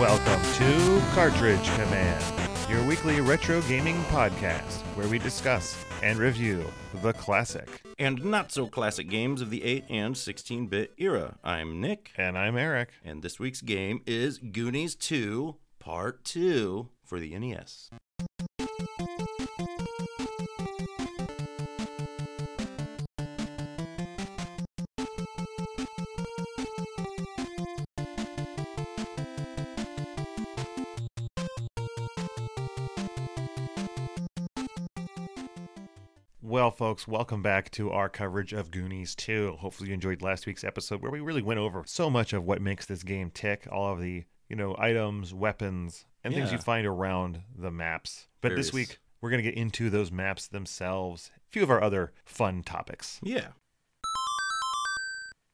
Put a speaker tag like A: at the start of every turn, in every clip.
A: Welcome to Cartridge Command, your weekly retro gaming podcast where we discuss and review the classic.
B: and not so classic games of the 8 and 16 bit era. I'm Nick,
A: And I'm Eric.
B: and this week's game is Goonies 2 Part 2 for the E NES.
A: Well, folks, welcome back to our coverage of Goonies 2. Hopefully, you enjoyed last week's episode where we really went over so much of what makes this game tick all of the, you know, items, weapons, and things
B: Yeah.
A: you find around the maps. But this
B: Various-
A: week, we're going to get into those maps themselves, a few of our other fun topics.
B: Yeah.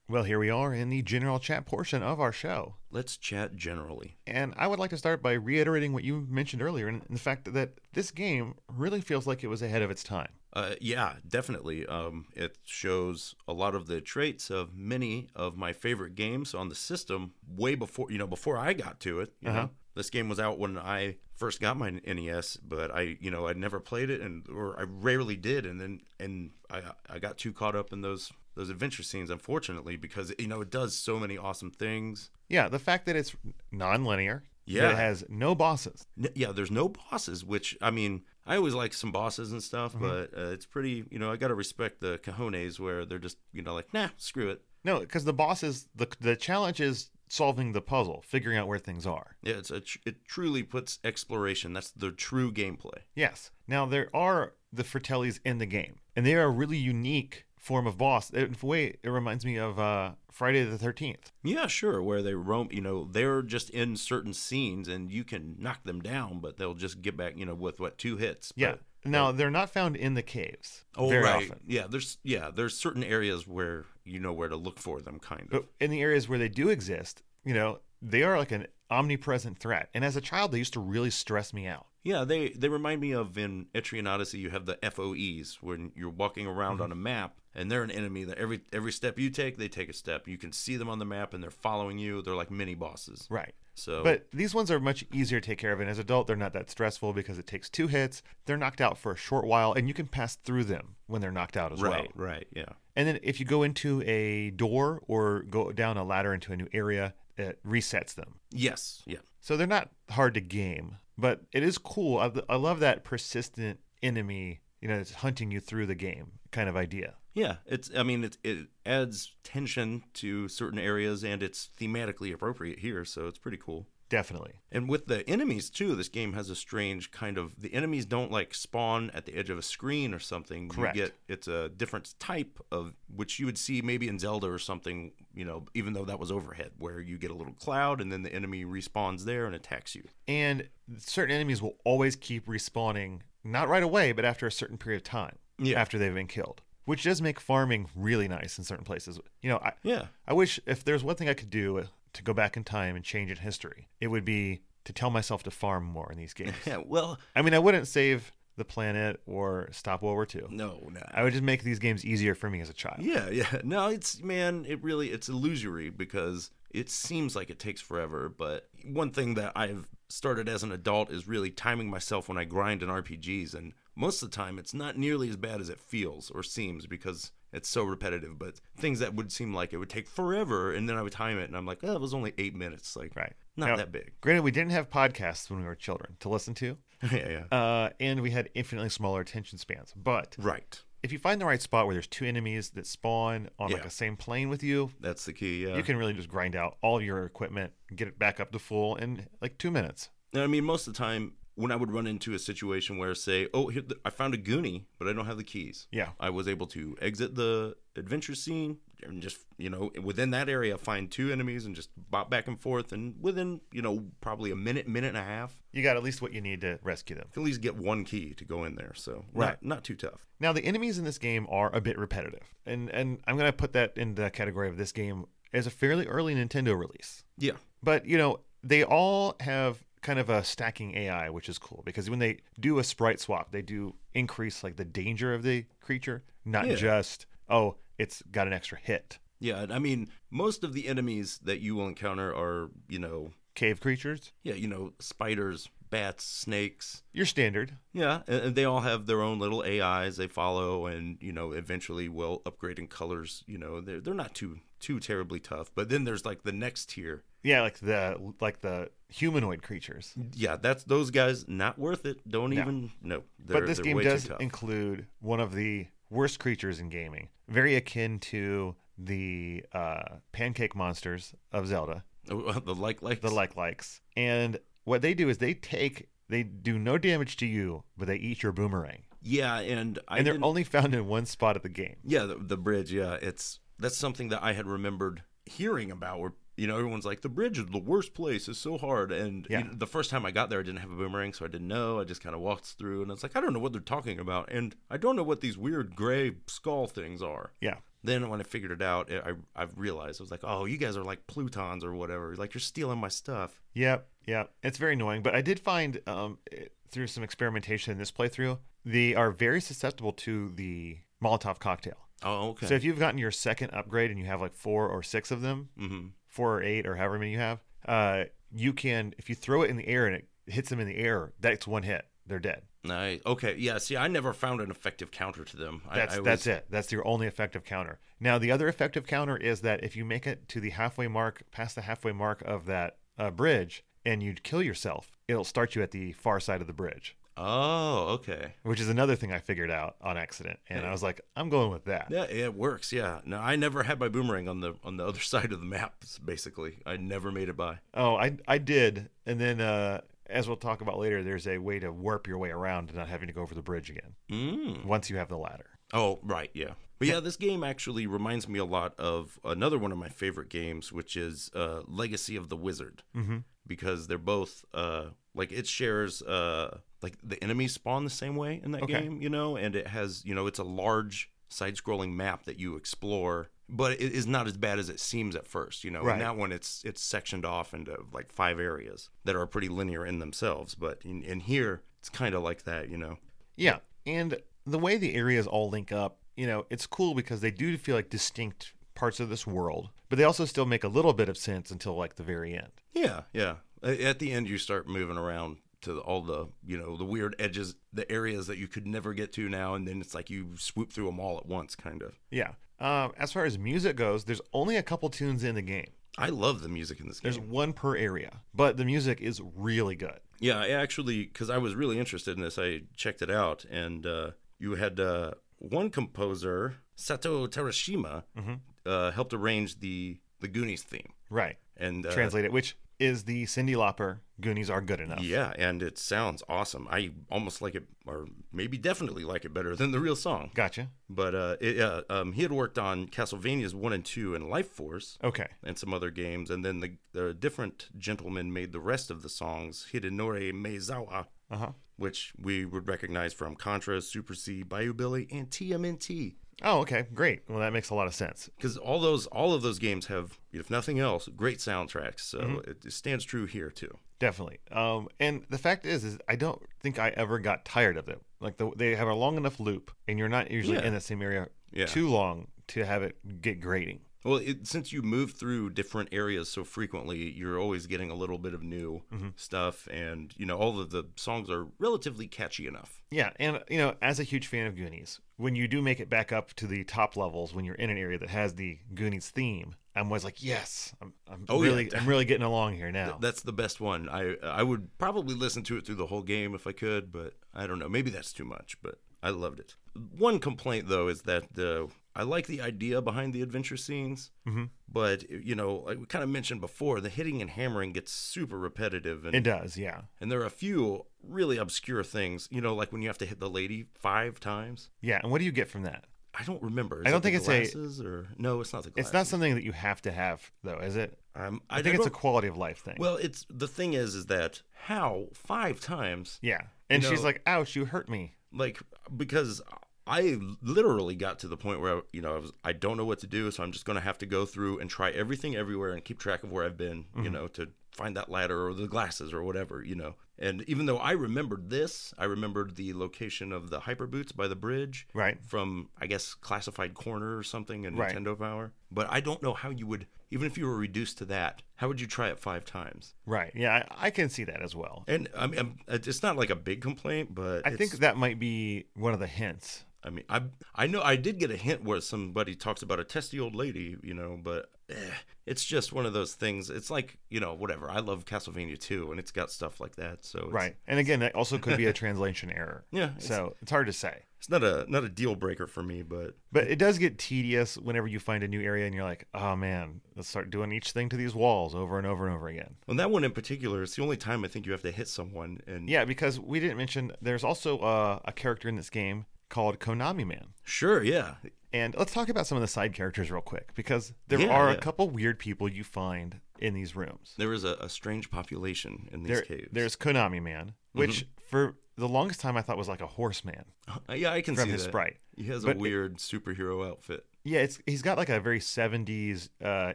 A: Well, here we are in the general chat portion of our show.
B: Let's chat generally.
A: And I would like to start by reiterating what you mentioned earlier and the fact that this game really feels like it was ahead of its time.
B: Uh, yeah, definitely. Um, it shows a lot of the traits of many of my favorite games on the system way before, you know, before I got to it. You know, this game was out when I first got my NES, but I, you know, I never played it, and or I rarely did, and then and I I got too caught up in those those adventure scenes, unfortunately, because you know it does so many awesome things.
A: Yeah, the fact that it's non-linear, that
B: Yeah.
A: it has no bosses.
B: N- yeah, there's no bosses, which I mean, I always like some bosses and stuff, but uh, it's pretty, you know, I gotta respect the cojones where they're just, you know, like, nah, screw it.
A: No, because the bosses, the the challenge is solving the puzzle, figuring out where things are.
B: Yeah, it's a tr- it truly puts exploration. That's the true gameplay.
A: Yes. Now there are the Fratellis in the game, and they are a really unique form of boss. In a way, it reminds me of uh, Friday the Thirteenth.
B: Yeah, sure. Where they roam, you know, they're just in certain scenes, and you can knock them down, but they'll just get back, you know, with what two hits.
A: Yeah.
B: But-
A: Now they're not found in the caves
B: Uh, Oh
A: very
B: right.
A: often.
B: Yeah, there's yeah, there's certain areas where you know where to look for them, kind of.
A: But in the areas where they do exist, you know, they are like an omnipresent threat. And as a child, they used to really stress me out.
B: Yeah, they they remind me of in Etrian Odyssey. You have the FOEs when you're walking around on a map, and they're an enemy that every every step you take, they take a step. You can see them on the map, and they're following you. They're like mini bosses.
A: Right.
B: So,
A: But these ones are much easier to take care of. And as an adult, they're not that stressful because it takes two hits. They're knocked out for a short while, and you can pass through them when they're knocked out as well.
B: right, right, yeah,
A: And then if you go into a door or go down a ladder into a new area, it resets them.
B: yes, yeah,
A: So they're not hard to game, but it is cool. I, I love that persistent enemy, you know, that's hunting you through the game kind of idea.
B: yeah. It's I mean it it adds tension to certain areas, and it's thematically appropriate here, so it's pretty cool.
A: Definitely.
B: And with the enemies too, this game has a strange kind of the enemies don't like spawn at the edge of a screen or something.
A: Correct.
B: You get it's a different type of which you would see maybe in Zelda or something, you know, even though that was overhead, where you get a little cloud and then the enemy respawns there and attacks you.
A: and certain enemies will always keep respawning not right away but after a certain period of time
B: Yeah.
A: after they've been killed which does make farming really nice in certain places you know I,
B: Yeah.
A: I wish if there's one thing i could do uh, to go back in time and change in history it would be to tell myself to farm more in these games
B: Yeah. Well
A: i mean i wouldn't save the planet or stop world war ii
B: no, no.
A: i would just make these games easier for me as a child
B: Yeah, yeah. No, it's man, it really it's illusory because it seems like it takes forever, but one thing that I've started as an adult is really timing myself when I grind in RPGs and most of the time it's not nearly as bad as it feels or seems because it's so repetitive, but things that would seem like it would take forever and then I would time it and I'm like, "Oh, it was only 8 minutes." Like
A: right
B: not
A: Now,
B: that big.
A: granted we didn't have podcasts when we were children to listen to
B: yeah, yeah.
A: uh, and we had infinitely smaller attention spans but
B: right.
A: if you find the right spot where there's two enemies that spawn on like
B: Yeah.
A: a same plane with you,
B: That's the key. Yeah.
A: you can really just grind out all of your equipment, get it back up to full in like two minutes.
B: And I mean, most of the time, when I would run into a situation where, say, oh, here, I found a Goonie, but I don't have the keys.
A: Yeah.
B: I was able to exit the adventure scene and just, you know, within that area, find two enemies and just bop back and forth. And within, you know, probably a minute, minute and a half,
A: You got at least what you need to rescue them.
B: I can at least get one key to go in there. So,
A: Right.
B: not, not too tough.
A: Now the enemies in this game are a bit repetitive, and and I'm gonna put that in the category of this game as a fairly early Nintendo release.
B: Yeah.
A: But you know they all have kind of a stacking AI, which is cool because when they do a sprite swap, they do increase like the danger of the creature, not
B: Yeah.
A: just oh it's got an extra hit.
B: Yeah. And I mean, most of the enemies that you will encounter are, you know,
A: cave creatures.
B: Yeah, you know, spiders, bats, snakes.
A: Your standard.
B: Yeah, and and they all have their own little AIs they follow, and you know, eventually will upgrade in colors. You know, they're they're not too too terribly tough. But then there's like the next tier.
A: Yeah, like the like the humanoid creatures.
B: Yeah, that's those guys. Not worth it. Don't
A: No.
B: even. No, they're,
A: But this
B: they're
A: game
B: way
A: does
B: too tough.
A: include one of the worst creatures in gaming, very akin to the uh, pancake monsters of Zelda,
B: the like like
A: the like likes. And what they do is they take they do no damage to you, but they eat your boomerang.
B: Yeah, and I
A: And they're
B: didn't-
A: only found in one spot of the game.
B: Yeah, the, the bridge. Yeah, it's that's something that I had remembered hearing about. Where you know everyone's like, the bridge is the worst place. It's so hard. And you
A: Yeah.
B: know, the first time I got there, I didn't have a boomerang, so I didn't know. I just kind of walked through, and it's like I don't know what they're talking about, and I don't know what these weird gray skull things are.
A: Yeah.
B: Then when I figured it out, I I realized I was like, oh, you guys are like plutons or whatever. Like you're stealing my stuff.
A: Yep, yep. It's very annoying, but I did find um, it- through some experimentation in this playthrough, they are very susceptible to the Molotov cocktail.
B: Oh, okay.
A: So if you've gotten your second upgrade and you have like four or six of them,
B: mm-hmm.
A: four or eight or however many you have, uh, you can if you throw it in the air and it hits them in the air, that's one hit. They're dead.
B: Nice. Okay. Yeah. See, I never found an effective counter to them. I-
A: That's
B: I,
A: that's it. That's your only effective counter. Now the other effective counter is that if you make it to the halfway mark, past the halfway mark of that uh, bridge, and you kill yourself, it'll start you at the far side of the bridge,
B: Oh, okay.
A: which is another thing I figured out on accident, and I was like, I'm going with that.
B: Yeah, it works. Yeah. No, I never had my boomerang on the on the other side of the map. Basically, I never made it by.
A: Oh, I I did, and then uh, as we'll talk about later, there's a way to warp your way around and not having to go over the bridge again
B: Mm.
A: once you have the ladder.
B: Oh, right. Yeah. But yeah, this game actually reminds me a lot of another one of my favorite games, which is uh, Legacy of the Wizard,
A: Mm-hmm.
B: because they're both uh, like it shares uh, like the enemies spawn the same way in that
A: Okay.
B: game, you know, and it has you know it's a large side-scrolling map that you explore. But it is not as bad as it seems at first, you know.
A: Right.
B: In that one, it's it's sectioned off into like five areas that are pretty linear in themselves. But in, in here, it's kind of like that, you know.
A: Yeah, and the way the areas all link up, you know, it's cool because they do feel like distinct parts of this world, but they also still make a little bit of sense until like the very end.
B: Yeah, yeah. A- At the end, you start moving around to the- all the you know the weird edges, the areas that you could never get to now, and then it's like you swoop through them all at once, kind of.
A: Yeah. Um, as far as music goes, there's only a couple tunes in the game.
B: I love the music in this game.
A: There's one per area, but the music is really good.
B: Yeah, I actually, because I was really interested in this, I checked it out, and uh, you had uh, one composer, Sato Terashima,
A: Mhm.
B: uh, helped arrange the the Goonies theme,
A: Right.
B: and uh,
A: Translate it, which is the Cindy Lauper Goonies are good enough.
B: Yeah, and it sounds awesome. I almost like it, or maybe definitely like it better than the real song.
A: Gotcha.
B: But uh, it, uh, um, he had worked on Castlevania's one and two and Life Force
A: Okay.
B: and some other games, and then the, the different gentleman made the rest of the songs. Hidenori Meizawa,
A: Uh huh.
B: which we would recognize from Contra, Super C, Bayou Billy, and TMNT,
A: Oh, okay. Great. Well, that makes a lot of sense.
B: because all those all of those games have, if nothing else, great soundtracks. So it, it stands true here too.
A: Definitely. Um, and the fact is, is I don't think I ever got tired of it. Like the, they have a long enough loop, and you're not usually
B: Yeah.
A: in the same area
B: Yeah.
A: too long to have it get grating.
B: Well, it, since you move through different areas so frequently, you're always getting a little bit of new stuff, and you know all of the songs are relatively catchy enough.
A: Yeah, and you know, as a huge fan of Goonies, when you do make it back up to the top levels, when you're in an area that has the Goonies theme, I'm always like, yes, I'm, I'm
B: Oh, yeah.
A: really, I'm really getting along here now.
B: That's the best one. I I would probably listen to it through the whole game if I could, but I don't know. Maybe that's too much, but I loved it. One complaint though is that uh, I like the idea behind the adventure scenes,
A: Mm-hmm.
B: but you know, like we kind of mentioned before, the hitting and hammering gets super repetitive, and
A: it does, yeah,
B: and there are a few really obscure things. You know, like when you have to hit the lady five times.
A: yeah. And what do you get from that?
B: I don't remember. Is
A: I don't
B: it the
A: think it's a-
B: glasses or no, it's not the glasses.
A: It's not something that you have to have, though, is it?
B: Um,
A: I think it's a
B: don't-
A: quality of life thing.
B: well. It's the thing is, is that how five times?
A: yeah, and she's
B: know-
A: like, ouch, you hurt me.
B: Like because I literally got to the point where I, you know I was
A: Mm-hmm.
B: I don't know what to do, so I'm just gonna have to go through and try everything everywhere and keep track of where I've been. You know to find that ladder or the glasses or whatever, you know. And even though I remembered this, I remembered the location of the hyper boots by the bridge
A: Right.
B: from I guess classified corner or something in
A: Right.
B: Nintendo Power. But I don't know how you would even if you were reduced to that, how would you try it five times?
A: Right. Yeah, I, I can see that as well.
B: And I mean, I'm- it's not like a big complaint, but
A: I think
B: it's-
A: that might be one of the hints.
B: I mean, I I know I did get a hint where somebody talks about a testy old lady, you know, but eh, it's just one of those things. It's like you know, whatever. I love Castlevania too, and it's got stuff like that. So it's,
A: Right. And again, that also could be a translation error.
B: Yeah, it's-
A: So it's hard to say.
B: it's not a not a deal breaker for me, but
A: But it does get tedious whenever you find a new area and you're like, oh man, let's start doing each thing to these walls over and over and over again.
B: on that one in particular, it's the only time I think you have to hit someone. And
A: Yeah, because we didn't mention there's also uh, a character in this game called Konami Man.
B: sure, yeah,
A: And let's talk about some of the side characters real quick because there
B: Yeah,
A: are a
B: yeah.
A: couple weird people you find in these rooms.
B: there is a, a strange population in these
A: There-
B: caves. Mm-hmm.
A: there's Konami Man, which for the longest time I thought was like a horseman
B: Uh, yeah, I can
A: from
B: see
A: his
B: that.
A: sprite.
B: He has
A: But
B: a
A: it-
B: weird superhero outfit.
A: Yeah, it's he's got like a very 70s uh,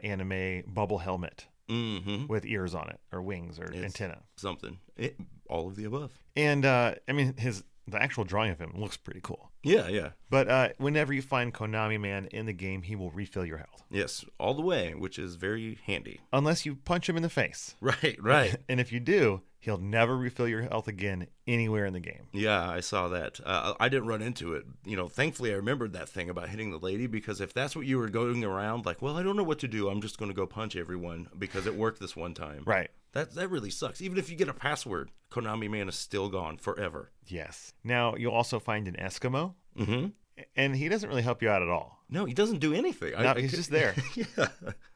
A: anime bubble helmet
B: Mm-hmm.
A: with ears on it or wings or
B: Yes.
A: antenna.
B: Something. It, all of the above.
A: And uh, I mean his the actual drawing of him looks pretty cool.
B: Yeah, yeah.
A: But uh, whenever you find Konami Man in the game, he will refill your health
B: Yes, all the way, which is very handy.
A: unless you punch him in the face.
B: Right, right.
A: And if you do, he'll never refill your health again anywhere in the game.
B: yeah, I saw that. Uh, I didn't run into it. You know, thankfully, I remembered that thing about hitting the lady because if that's what you were going around, like, well, I don't know what to do. I'm just going to go punch everyone because it worked this one time.
A: Right.
B: That that really sucks. Even if you get a password, Konami Man is still gone forever.
A: Yes. Now you'll also find an Eskimo,
B: Mm-hmm.
A: and he doesn't really help you out at all.
B: No, he doesn't do anything. I-
A: No,
B: I
A: he's
B: could-
A: just there.
B: yeah.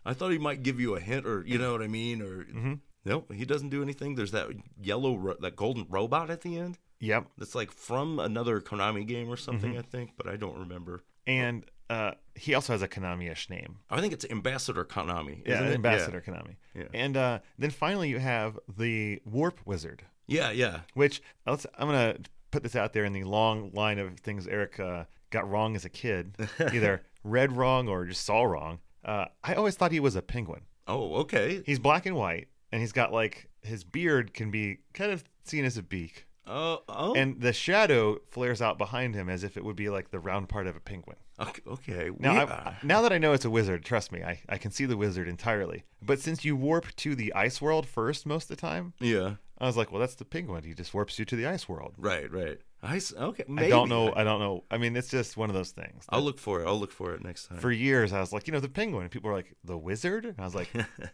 B: I thought he might give you a hint or, you know what I mean? Or,
A: Mm-hmm.
B: no, he doesn't do anything. There's that yellow, ro- that golden robot at the end.
A: Yep.
B: That's like from another Konami game or something,
A: Mm-hmm.
B: I think, but I don't remember.
A: And uh, he also has a Konami-ish name.
B: I think it's Ambassador Konami.
A: Yeah,
B: isn't it?
A: Ambassador Konami.
B: Yeah.
A: And uh, then finally, you have the Warp Wizard,
B: Yeah, yeah.
A: which let's, I'm gonna put this out there in the long line of things Eric uh, got wrong as a kid, either read wrong or just saw wrong. Uh, I always thought he was a penguin.
B: Oh, okay.
A: He's black and white, and he's got like his beard can be kind of seen as a beak.
B: Oh, oh.
A: and the shadow flares out behind him as if it would be like the round part of a penguin.
B: okay. okay.
A: Now,
B: yeah.
A: I, now that I know it's a wizard, trust me, I, I can see the wizard entirely. But since you warp to the ice world first most of the time,
B: yeah.
A: I was like, well, that's the penguin. He just warps you to the ice world.
B: Right, right. I s- okay. Maybe.
A: I don't know. I don't know. I mean, it's just one of those things.
B: I'll look for it. I'll look for it next time.
A: For years, I was like, you know, the penguin. And people were like, the wizard? And I was like,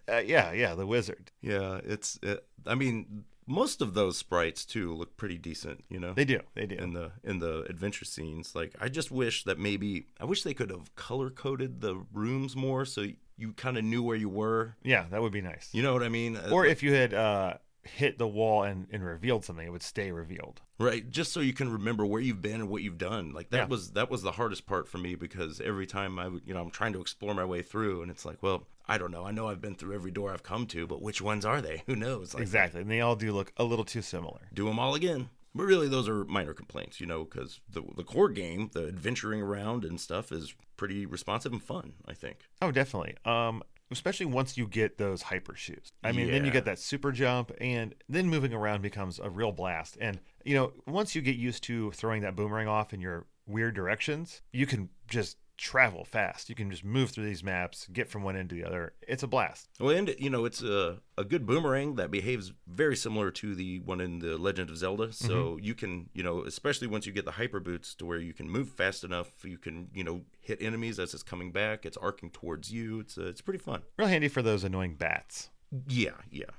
A: uh, yeah, yeah, the wizard.
B: yeah, it's. It, I mean, most of those sprites too look pretty decent. You know.
A: They do. They do.
B: in the in the adventure scenes. Like I just wish that maybe I wish they could have color coded the rooms more so you kind of knew where you were.
A: yeah, that would be nice.
B: You know what I mean? Uh,
A: Or if you had uh, hit the wall and, and revealed something, it would stay revealed.
B: right, just so you can remember where you've been and what you've done. Like that
A: Yeah.
B: was that was the hardest part for me because every time I would, you know, I'm trying to explore my way through and it's like, well, I don't know. I know I've been through every door I've come to, but which ones are they? Who knows? Like
A: Exactly. And they all do look a little too similar.
B: do them all again. But really, those are minor complaints, you know, because the, the core game, the adventuring around and stuff, is pretty responsive and fun, I think.
A: Oh, definitely. Um, especially once you get those hyper shoes. I mean, then you
B: Yeah.
A: get that super jump, and then moving around becomes a real blast. And you know, once you get used to throwing that boomerang off in your weird directions, you can just travel fast. You can just move through these maps, get from one end to the other. It's a blast.
B: Well, and you know, it's a a good boomerang that behaves very similar to the one in the Legend of Zelda. So you can, you know, especially once you get the hyper boots to where you can move fast enough, you can, you know, hit enemies as it's coming back. It's arcing towards you. It's uh, it's pretty fun.
A: Real handy for those annoying bats.
B: Yeah, yeah.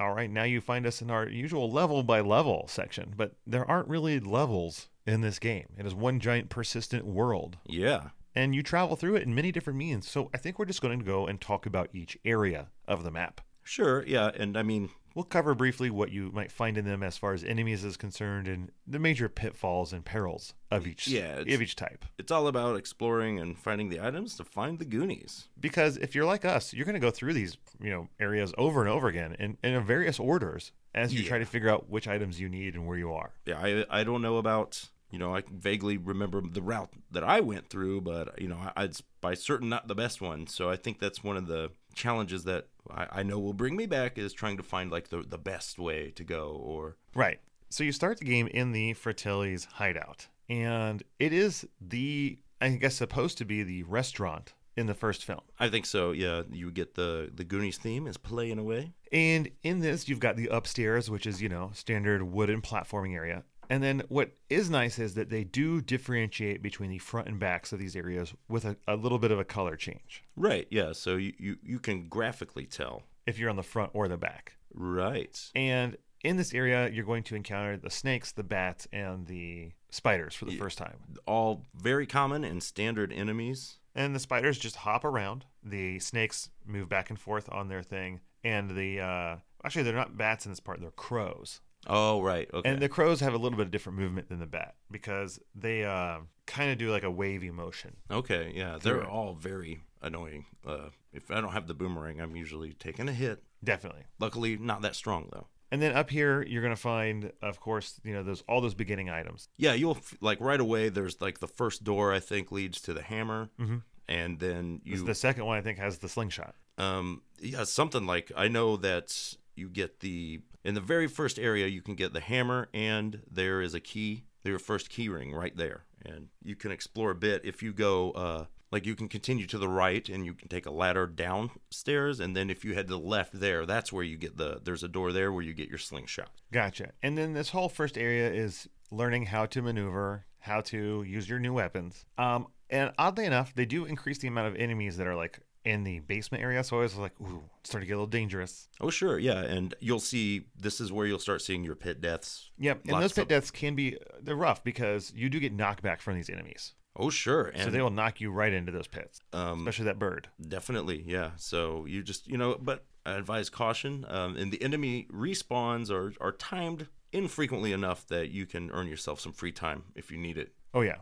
A: All right, now you find us in our usual level by level section, but there aren't really levels in this game. It is one giant persistent world.
B: Yeah.
A: and you travel through it in many different means. So I think we're just going to go and talk about each area of the map.
B: Sure. Yeah, and I mean,
A: We'll cover briefly what you might find in them as far as enemies is concerned and the major pitfalls and perils of each
B: Yeah, it's-
A: of each type.
B: it's all about exploring and finding the items to find the Goonies.
A: Because if you're like us, you're going to go through these, you know, areas over and over again in, in various orders as you try to figure out which items you need and where you are.
B: yeah, I I don't know about you know I can vaguely remember the route that I went through, but you know I, it's by certain not the best one. So I think that's one of the challenges that I, I know will bring me back is trying to find like the, the best way to go or
A: Right. So you start the game in the Fratelli's hideout, and it is the I guess supposed to be the restaurant in the first film.
B: I think so. Yeah, you get the the Goonies theme is playing away.
A: And in this, you've got the upstairs, which is you know standard wooden platforming area. And then what is nice is that they do differentiate between the front and backs of these areas with a, a little bit of a color change
B: Right. Yeah. So you you, you can graphically tell.
A: if you're on the front or the back.
B: Right.
A: And in this area, you're going to encounter the snakes, the bats, and the spiders for the first time.
B: All very common and standard enemies.
A: And the spiders just hop around. The snakes move back and forth on their thing. And the, uh, actually, they're not bats in this part, they're crows.
B: Oh right. Okay.
A: And the crows have a little bit of different movement than the bat because they uh, kind of do like a wavy motion.
B: okay. Yeah. They're all very annoying. Uh, if I don't have the boomerang, I'm usually taking a hit.
A: Definitely.
B: Luckily, not that strong though.
A: And then up here, you're going to find, of course, you know, those all those beginning items.
B: Yeah, you'll f- like right away. There's like the first door I think leads to the hammer, and then you
A: The second one, I think, has the slingshot.
B: um yeah something like I know that you get the in the very first area you can get the hammer and there is a key your first key ring right there, and you can explore a bit if you go uh like you can continue to the right and you can take a ladder downstairs and then if you head to the left there that's where you get the there's a door there where you get your slingshot.
A: Gotcha. And then this whole first area is learning how to maneuver, how to use your new weapons. Um, and oddly enough, they do increase the amount of enemies that are like in the basement area. So I was like, ooh, it's starting to get a little dangerous.
B: Oh sure, yeah, and you'll see this is where you'll start seeing your pit deaths.
A: Yep. And
B: Lots
A: those pit
B: of-
A: deaths can be uh, they're rough because you do get knockback from these enemies.
B: Oh sure, and
A: So they will knock you right into those pits,
B: Um,
A: especially that bird.
B: Definitely, yeah. So you just you know, but I advise caution. Um, and the enemy respawns are are timed infrequently enough that you can earn yourself some free time if you need it.
A: Oh yeah.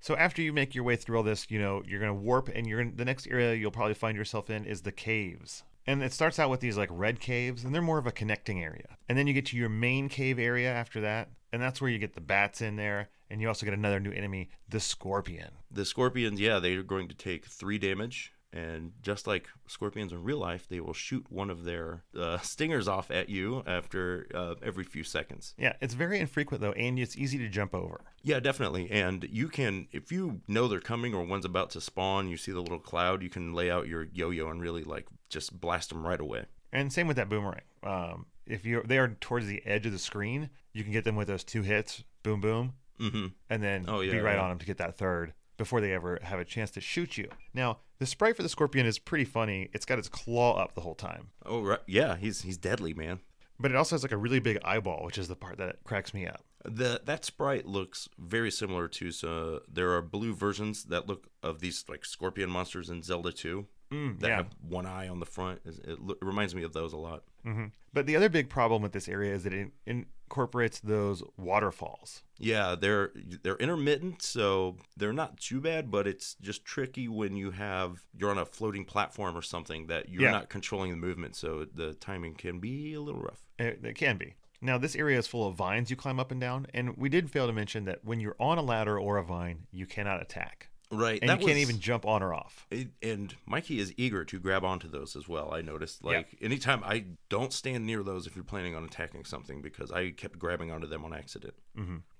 A: So after you make your way through all this, you know you're gonna warp, and you're in, the next area you'll probably find yourself in is the caves. And it starts out with these like red caves, and they're more of a connecting area. And then you get to your main cave area after that, and that's where you get the bats in there, and you also get another new enemy, the scorpion.
B: The scorpions, yeah, they are going to take three damage, and just like scorpions in real life, they will shoot one of their uh, stingers off at you after uh, every few seconds.
A: Yeah, it's very infrequent though, and it's easy to jump over.
B: Yeah, definitely. And you can, if you know they're coming or one's about to spawn, you see the little cloud, you can lay out your yo yo and really like just blast them right away.
A: And same with that boomerang. Um, if you they are towards the edge of the screen, you can get them with those two hits, boom boom,
B: hmm
A: and then
B: Oh, yeah,
A: be right
B: yeah.
A: on them to get that third before they ever have a chance to shoot you. Now, the sprite for the scorpion is pretty funny. It's got its claw up the whole time,
B: Oh, right. Yeah, he's he's deadly, man.
A: but it also has like a really big eyeball, which is the part that cracks me up.
B: The that sprite looks very similar to so there are blue versions that look of these like scorpion monsters in Zelda 2
A: Mm,
B: that
A: yeah.
B: have one eye on the front. It, it, lo- it reminds me of those a lot.
A: hmm But the other big problem with this area is that it incorporates those waterfalls.
B: Yeah, they're they're intermittent, so they're not too bad, but it's just tricky when you have you're on a floating platform or something that you're
A: Yeah.
B: not controlling the movement, so the timing can be a little rough.
A: It, it can be. Now, this area is full of vines you climb up and down, and we did fail to mention that when you're on a ladder or a vine, you cannot attack.
B: Right,
A: And you can't even jump on or off.
B: It, and Mikey is eager to grab onto those as well. I noticed,
A: Yeah.
B: like anytime I don't stand near those if you're planning on attacking something because I kept grabbing onto them on accident.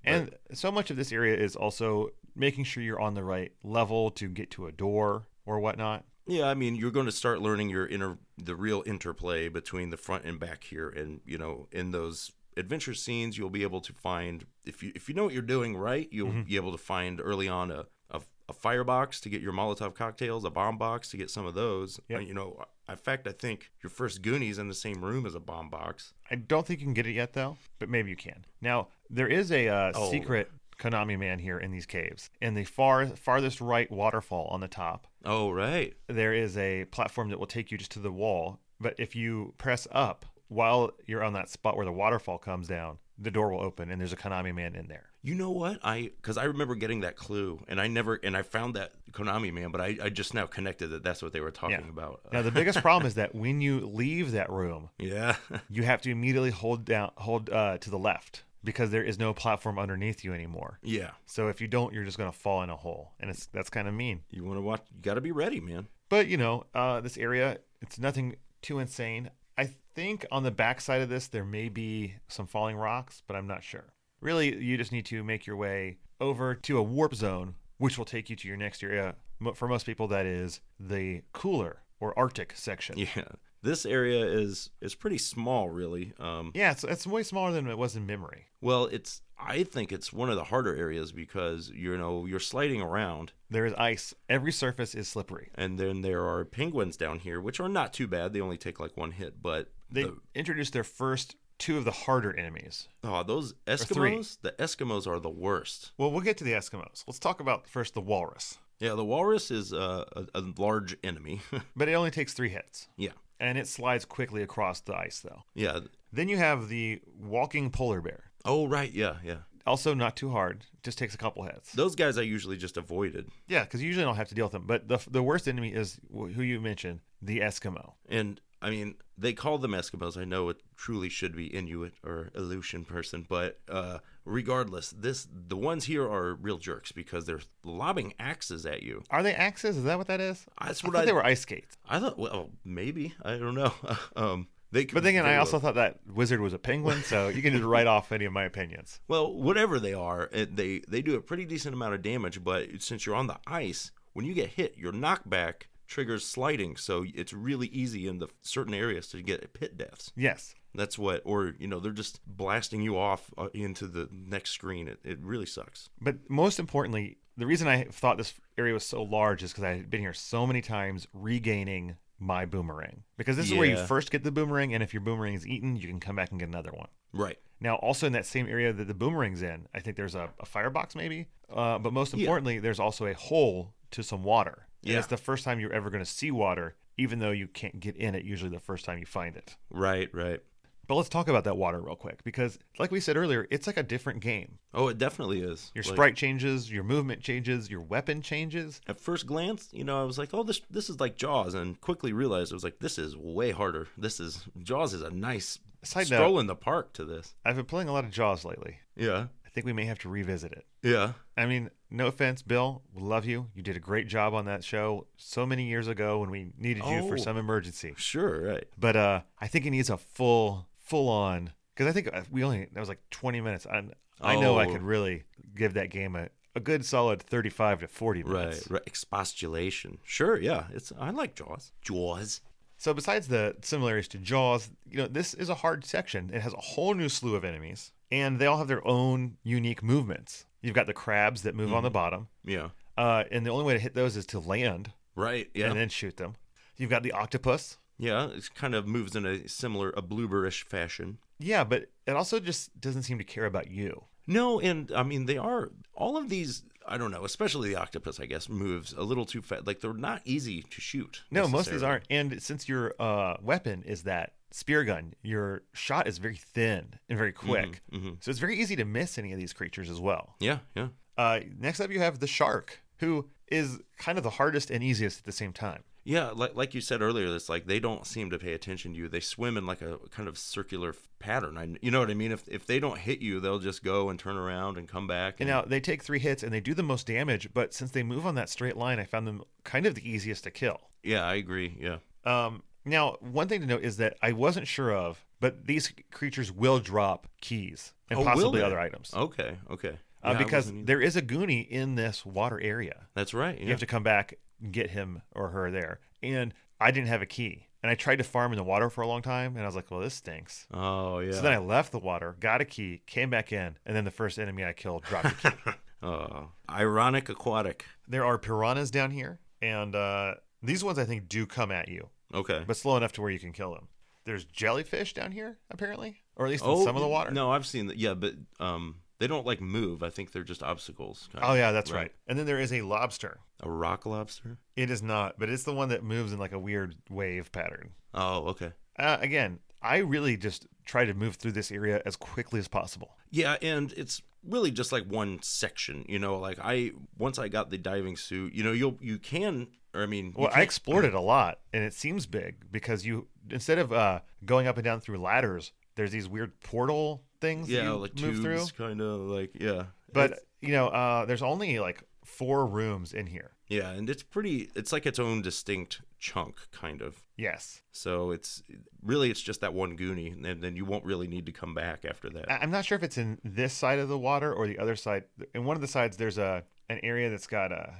A: And so much of this area is also making sure you're on the right level to get to a door or whatnot.
B: Yeah, I mean, you're going to start learning your inner, the real interplay between the front and back here, and you know, in those adventure scenes, you'll be able to find if you if you know what you're doing right, you'll be able to find early on a, a a firebox to get your Molotov cocktails, a bomb box to get some of those.
A: Yep.
B: Uh, You know, in fact, I think your first Goonies in the same room as a bomb box.
A: I don't think you can get it yet, though, but maybe you can. Now, there is a uh,
B: Oh.
A: secret Konami man here in these caves. In the far farthest right waterfall on the top,
B: Oh right,
A: there is a platform that will take you just to the wall. But if you press up while you're on that spot where the waterfall comes down, the door will open and there's a Konami man in there.
B: you know what? I because I remember getting that clue, and I never and I found that Konami man, but I, I just now connected that that's what they were talking
A: Yeah.
B: about.
A: Now, the biggest problem is that when you leave that room,
B: yeah.
A: you have to immediately hold down hold uh, to the left because there is no platform underneath you anymore.
B: Yeah.
A: So if you don't, you're just gonna fall in a hole, and it's that's kind of mean.
B: You want to watch? You got to be ready, man.
A: But you know, uh, this area, it's nothing too insane. I think on the backside of this, there may be some falling rocks, but I'm not sure. Really, you just need to make your way over to a warp zone, which will take you to your next area. Mo- For most people, that is the cooler or Arctic section.
B: Yeah. This area is is pretty small, really. Um,
A: Yeah, it's, it's way smaller than it was in memory.
B: well, it's I think it's one of the harder areas because you know you're sliding around,
A: There is ice. Every surface is slippery.
B: and then there are penguins down here, which are not too bad. They only take like one hit, but
A: They
B: the-
A: introduced their first two of the harder enemies.
B: oh, those
A: three.
B: Eskimos! The Eskimos are the worst.
A: Well, we'll get to the Eskimos. Let's talk about first the walrus.
B: Yeah, the walrus is uh, a, a large enemy.
A: But it only takes three hits,
B: yeah,
A: and it slides quickly across the ice, though.
B: yeah.
A: Then you have the walking polar bear.
B: Oh, right. Yeah, yeah.
A: Also, not too hard, just takes a couple hits.
B: Those guys I usually just avoided.
A: Yeah, because you usually don't have to deal with them. But the, the worst enemy is wh- who you mentioned, the Eskimo.
B: And I mean, they call them Eskimos. I know it truly should be Inuit or Aleutian person, but uh, regardless, this the ones here are real jerks because they're lobbing axes at you.
A: Are they axes? Is that what that is?
B: That's
A: I
B: what
A: thought
B: I,
A: they were ice skates.
B: I thought. Well, maybe I don't know. um, they.
A: But then again, I
B: they-
A: also thought that wizard was a penguin, so you can just write off any of my opinions.
B: Well, whatever they are, it, they they do a pretty decent amount of damage. But since you're on the ice, when you get hit, your knockback triggers sliding, so it's really easy in the certain areas to get pit deaths.
A: Yes.
B: That's what, or you know, they're just blasting you off uh, into the next screen. It, it really sucks.
A: But most importantly, the reason I thought this area was so large is because I had been here so many times regaining my boomerang. Because this is where you
B: Yeah.
A: first get the boomerang, and if your boomerang is eaten, you can come back and get another one.
B: Right.
A: Now, also in that same area that the boomerang's in, I think there's a, a firebox maybe. Uh, but most importantly, there's also a hole to some water. And
B: Yeah.
A: it's the first time you're ever going to see water, even though you can't get in it usually the first time you find it.
B: Right. Right.
A: But let's talk about that water real quick because, like we said earlier, it's like a different game.
B: Oh, it definitely is.
A: Your
B: Like,
A: sprite changes, your movement changes, your weapon changes.
B: At first glance, you know, I was like, "Oh, this this is like Jaws," and quickly realized I was like, "This is way harder. This is Jaws is a nice
A: Side note-
B: stroll in the park to this."
A: I've been playing a lot of Jaws lately.
B: Yeah.
A: I think we may have to revisit it.
B: Yeah.
A: I mean, no offense, Bill. We love you. You did a great job on that show so many years ago when we needed you
B: Oh.
A: for some emergency.
B: Sure. Right.
A: But uh, I think it needs a full, full on. Because I think uh, we only that was like 20 minutes. I, I know I
B: Oh.
A: could really give that game a, a good solid 35 to 40 minutes.
B: Right. Right. Expostulation. Sure. Yeah. It's I like Jaws. Jaws.
A: So besides the similarities to Jaws, you know, this is a hard section. It has a whole new slew of enemies, and they all have their own unique movements. You've got the crabs that move
B: Mm-hmm.
A: on the bottom,
B: Yeah.
A: uh, and the only way to hit those is to land
B: Right. Yeah.
A: and then shoot them. You've got the octopus.
B: yeah. It kind of moves in a similar, a blooberish fashion.
A: Yeah, but it also just doesn't seem to care about you.
B: No, and I mean they are all of these. I don't know, especially the octopus. I guess moves a little too fast. Like they're not easy to shoot.
A: No, most of these
B: necessarily.
A: aren't. And since your uh, weapon is that spear gun, your shot is very thin and very
B: Mm-hmm,
A: quick. So it's very easy to miss any of these creatures as well.
B: Yeah, yeah.
A: Uh, next up, you have the shark, who is kind of the hardest and easiest at the same time.
B: Yeah, like like you said earlier, it's like they don't seem to pay attention to you. They swim in like a kind of circular f- pattern. I, you know what I mean? If if they don't hit you, they'll just go and turn around and come back.
A: And
B: And,
A: now they take three hits and they do the most damage, but since they move on that straight line, I found them kind of the easiest to kill.
B: yeah, I agree. Yeah,
A: Um, now, one thing to note is that I wasn't sure of, but these creatures will drop keys and
B: Oh, will
A: possibly
B: they?
A: other items.
B: okay, okay.
A: Uh,
B: Yeah, I
A: because
B: wasn't either.
A: there is a Goonie in this water area.
B: that's right.
A: You
B: Yeah,
A: have to come back and get him or her there. And I didn't have a key. And I tried to farm in the water for a long time. And I was like, well, this stinks.
B: oh yeah.
A: So then I left the water, got a key, came back in, and then the first enemy I killed dropped a key.
B: oh, ironic aquatic.
A: there are piranhas down here, and uh, these ones I think do come at you,
B: Okay.
A: but slow enough to where you can kill them. There's jellyfish down here, apparently, or at least in some of the water.
B: Oh, No, I've seen that. Yeah, but um, they don't like move. I think they're just obstacles. Kind
A: Oh
B: of.
A: yeah, that's
B: Right.
A: right. And then there is a lobster.
B: A rock lobster.
A: It is not, but it's the one that moves in like a weird wave pattern.
B: Oh, okay.
A: Uh, again, I really just try to move through this area as quickly as possible.
B: Yeah, and it's really just like one section. You know, like I once I got the diving suit. You know, you'll you can. Or I mean, you
A: Well, I
B: can't-
A: explored it a lot, and it seems big because you instead of uh, going up and down through ladders, there's these weird portal things that
B: yeah,
A: you
B: like
A: move through.
B: tubes, kind of like yeah.
A: But
B: It's-
A: you know, uh, there's only like four rooms in here.
B: yeah, and it's pretty. It's like its own distinct chunk, kind of.
A: Yes,
B: So it's really it's just that one Goonie, and then- then you won't really need to come back after that.
A: I- I'm not sure if it's in this side of the water or the other side. In one of the sides, there's a an area that's got a.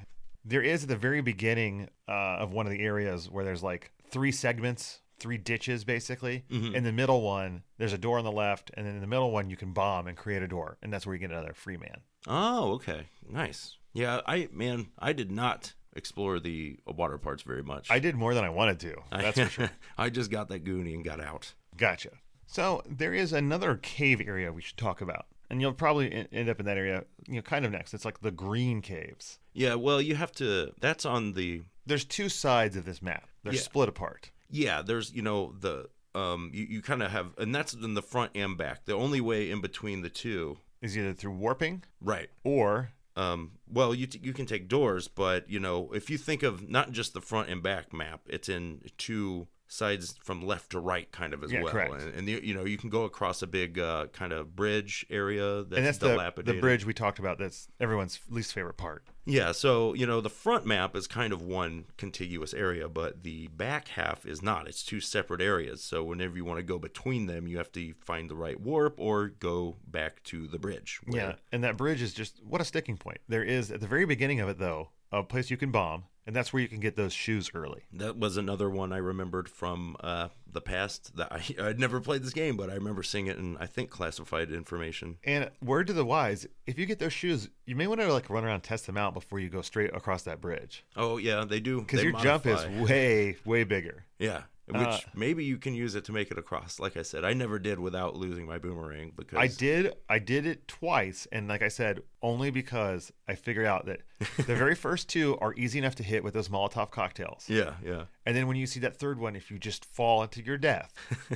A: There is at the very beginning uh, of one of the areas where there's like three segments, three ditches basically. In the middle one, there's a door on the left, and then in the middle one, you can bomb and create a door, and that's where you get another free man.
B: Oh, okay, nice. Yeah, I man, I did not explore the water parts very much.
A: I did more than I wanted to. That's for sure.
B: I just got that Goonie and got out.
A: Gotcha. So there is another cave area we should talk about, and you'll probably en- end up in that area, you know, kind of next. It's like the green caves.
B: Yeah, well, you have to. That's on the.
A: There's two sides of this map. They're
B: Yeah.
A: split apart.
B: Yeah, there's you know the um you, you kind of have and that's in the front and back. The only way in between the two,
A: is either through warping
B: right?
A: or
B: Um, well, you t- you can take doors, but you know if you think of not just the front and back map, it's in two sides from left to right kind of as
A: Yeah,
B: well.
A: correct.
B: And, and you, you know you can go across a big uh, kind of bridge area that's,
A: and that's the,
B: dilapidated.
A: the bridge we talked about that's everyone's least favorite part
B: Yeah, so you know the front map is kind of one contiguous area, but the back half is not. It's two separate areas. So whenever you want to go between them, you have to find the right warp or go back to the bridge. where-
A: and that bridge is just what a sticking point there is at the very beginning of it though a place you can bomb and that's where you can get those shoes early
B: that was another one I remembered from uh, the past that I I'd never played this game, but I remember seeing it in I think classified information.
A: and word to the wise if you get those shoes you may want to like run around and test them out before you go straight across that bridge
B: Oh yeah, they do
A: because
B: they
A: your jump is
B: modify.
A: way way bigger
B: yeah. Which
A: Uh,
B: maybe you can use it to make it across. Like I said, I never did without losing my boomerang because
A: I did I did it twice and like I said only because I figured out that the very first two are easy enough to hit with those Molotov cocktails.
B: Yeah, yeah.
A: And then when you see that third one, if you just fall into your death,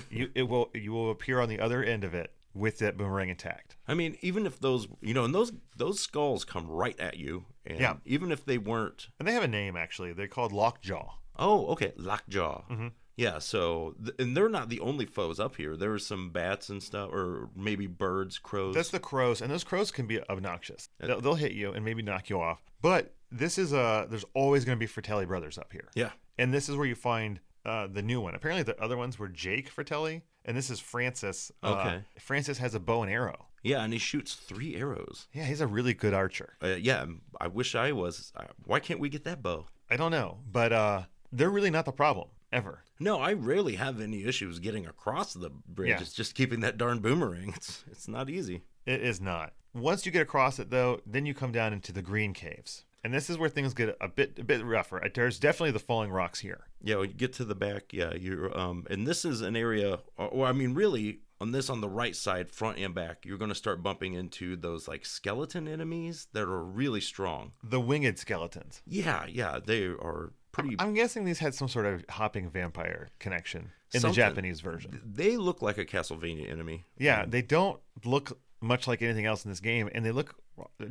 A: you it will you will appear on the other end of it with that boomerang intact.
B: I mean, even if those, you know, and those those skulls come right at you, and
A: Yeah.
B: even if they weren't,
A: And they have a name actually. They're called Lockjaw.
B: oh, okay, lockjaw,
A: Mm-hmm.
B: yeah. So, th- and they're not the only foes up here. There are some bats and stuff, or maybe birds, crows.
A: That's the crows, and those crows can be obnoxious. They'll, they'll hit you and maybe knock you off. But this is a there's always going to be Fratelli brothers up here.
B: yeah,
A: And this is where you find uh, the new one. Apparently, the other ones were Jake Fratelli, and this is Francis. Uh,
B: Okay.
A: Francis has a bow and arrow.
B: yeah, and he shoots three arrows.
A: Yeah, he's a really good archer.
B: Uh, yeah, I wish I was. Uh, why can't we get that bow?
A: I don't know, but uh, they're really not the problem ever.
B: No, I rarely have any issues getting across the bridge.
A: Yeah.
B: It's just keeping that darn boomerang. It's it's not easy.
A: It is not. Once you get across it, though, then you come down into the green caves, and this is where things get a bit a bit rougher. There's definitely the falling rocks here.
B: Yeah, when you get to the back, yeah, you're um and this is an area or, or I mean really on this on the right side, front and back, you're gonna start bumping into those like skeleton enemies that are really strong.
A: The winged skeletons.
B: Yeah, yeah, they are pretty
A: I'm guessing these had some sort of hopping vampire connection in
B: Something.
A: the Japanese version.
B: they look like a Castlevania enemy.
A: Yeah, they don't look much like anything else in this game, and they look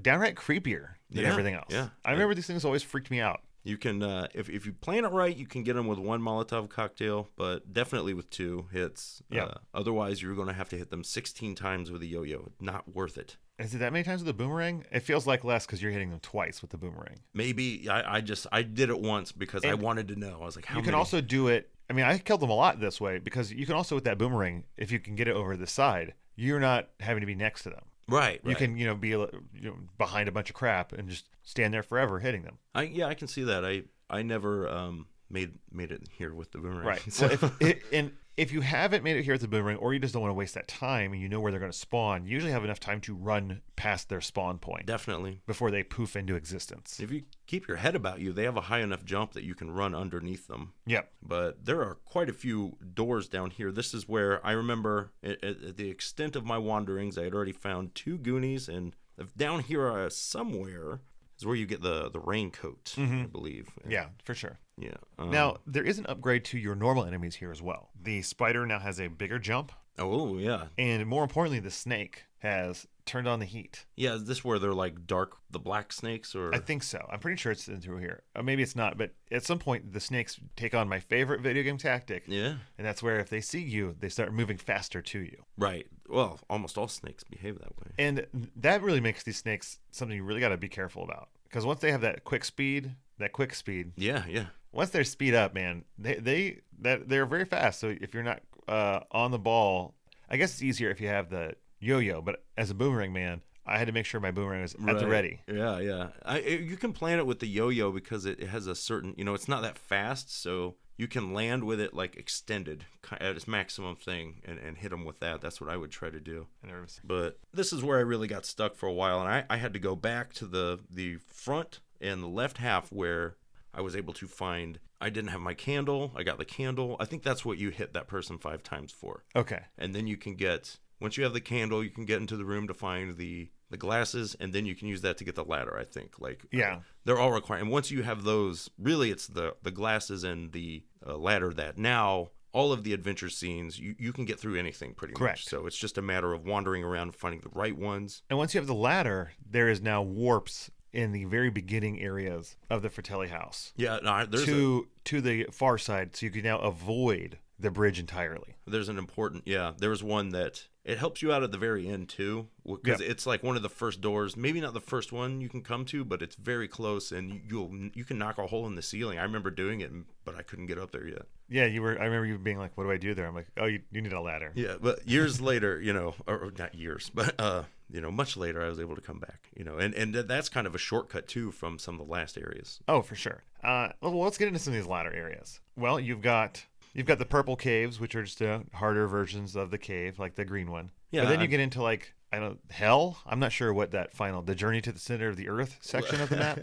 A: downright creepier than
B: Yeah,
A: everything else.
B: yeah.
A: I remember these things always freaked me out.
B: You can uh if, if you plan it right, you can get them with one Molotov cocktail, but definitely with two hits.
A: Yeah.
B: Uh, otherwise you're gonna have to hit them sixteen times with a yo yo. Not worth it.
A: Is it that many times with the boomerang? It feels like less because you're hitting them twice with the boomerang.
B: Maybe I, I just I did it once because I
A: And
B: wanted to know. I was like, how
A: you can
B: many?
A: also do it. I mean, I killed them a lot this way because you can also with that boomerang, if you can get it over the side, you're not having to be next to them.
B: right,
A: You
B: right.
A: can, you know, be you know, behind a bunch of crap and just stand there forever hitting them.
B: I yeah, I can see that. I I never um made made it here with the boomerang.
A: Right.
B: So
A: So if i and if you haven't made it here at the boomerang, or you just don't want to waste that time, and you know where they're going to spawn, you usually have enough time to run past their spawn point
B: definitely,
A: before they poof into existence.
B: if you keep your head about you, they have a high enough jump that you can run underneath them.
A: Yep.
B: But there are quite a few doors down here. This is where I remember at, at at the extent of my wanderings, I had already found two Goonies, and if down here uh, somewhere is where you get the the raincoat, I believe.
A: Mm-hmm. Yeah, for sure.
B: Yeah. Um,
A: Now there is an upgrade to your normal enemies here as well. The spider now has a bigger jump,
B: Oh yeah.
A: and more importantly, the snake has turned on the heat.
B: Yeah, is this where they're like dark, the black snakes, or
A: I think so. I'm pretty sure it's through here. Uh, maybe it's not, but at some point the snakes take on my favorite video game tactic,
B: yeah,
A: and that's where if they see you, they start moving faster to you.
B: right? Well, almost all snakes behave that way.
A: And that really makes these snakes something you really got to be careful about because once they have that quick speed, that quick speed,
B: Yeah, yeah,
A: once they're speed up, man, they they that they're very fast. So if you're not uh, on the ball, I guess it's easier if you have the yo-yo. But as a boomerang man, I had to make sure my boomerang was at the
B: Right.
A: ready.
B: Yeah, yeah. I, it- you can plan it with the yo-yo because it, it has a certain, you know, it's not that fast, so you can land with it like extended ki- at its maximum thing and, and hit them with that. That's what I would try to do.
A: And there was-
B: But this is where I really got stuck for a while, and I, I had to go back to the the front and the left half where I was able to find. I didn't have my candle. I got the candle. I think that's what you hit that person five times for
A: Okay,
B: and then you can get once you have the candle you can get into the room to find the the glasses and then you can use that to get the ladder i think like uh,
A: Yeah.
B: they're all required and once you have those really it's the the glasses and the uh, ladder that now all of the adventure scenes you, you can get through anything pretty
A: Correct.
B: much so it's just a matter of wandering around and finding the right ones
A: and once you have the ladder, there is now warps in the very beginning areas of the Fratelli house
B: yeah no, I- there's a-
A: to to the far side, so you can now avoid the bridge entirely.
B: There's an important, yeah. There was one that it helps you out at the very end too, because it's like one of the first doors. Maybe not the first one you can come to, but it's very close, and you, you'll you can knock a hole in the ceiling. I remember doing it, but I couldn't get up there yet.
A: Yeah, you were. I remember you being like, "What do I do there?" I'm like, "Oh, you, you need a ladder."
B: Yeah, but years later, you know, or or not years, but uh, you know, much later, I was able to come back. You know, and and th- that's kind of a shortcut too from some of the last areas.
A: Oh, for sure. Uh, well, let's get into some of these latter areas. Well, you've got you've got the purple caves, which are just uh, harder versions of the cave, like the green one.
B: Yeah,
A: But then you
B: I'm-
A: get into like I don't hell. I'm not sure what that final the journey to the center of the earth section of the map.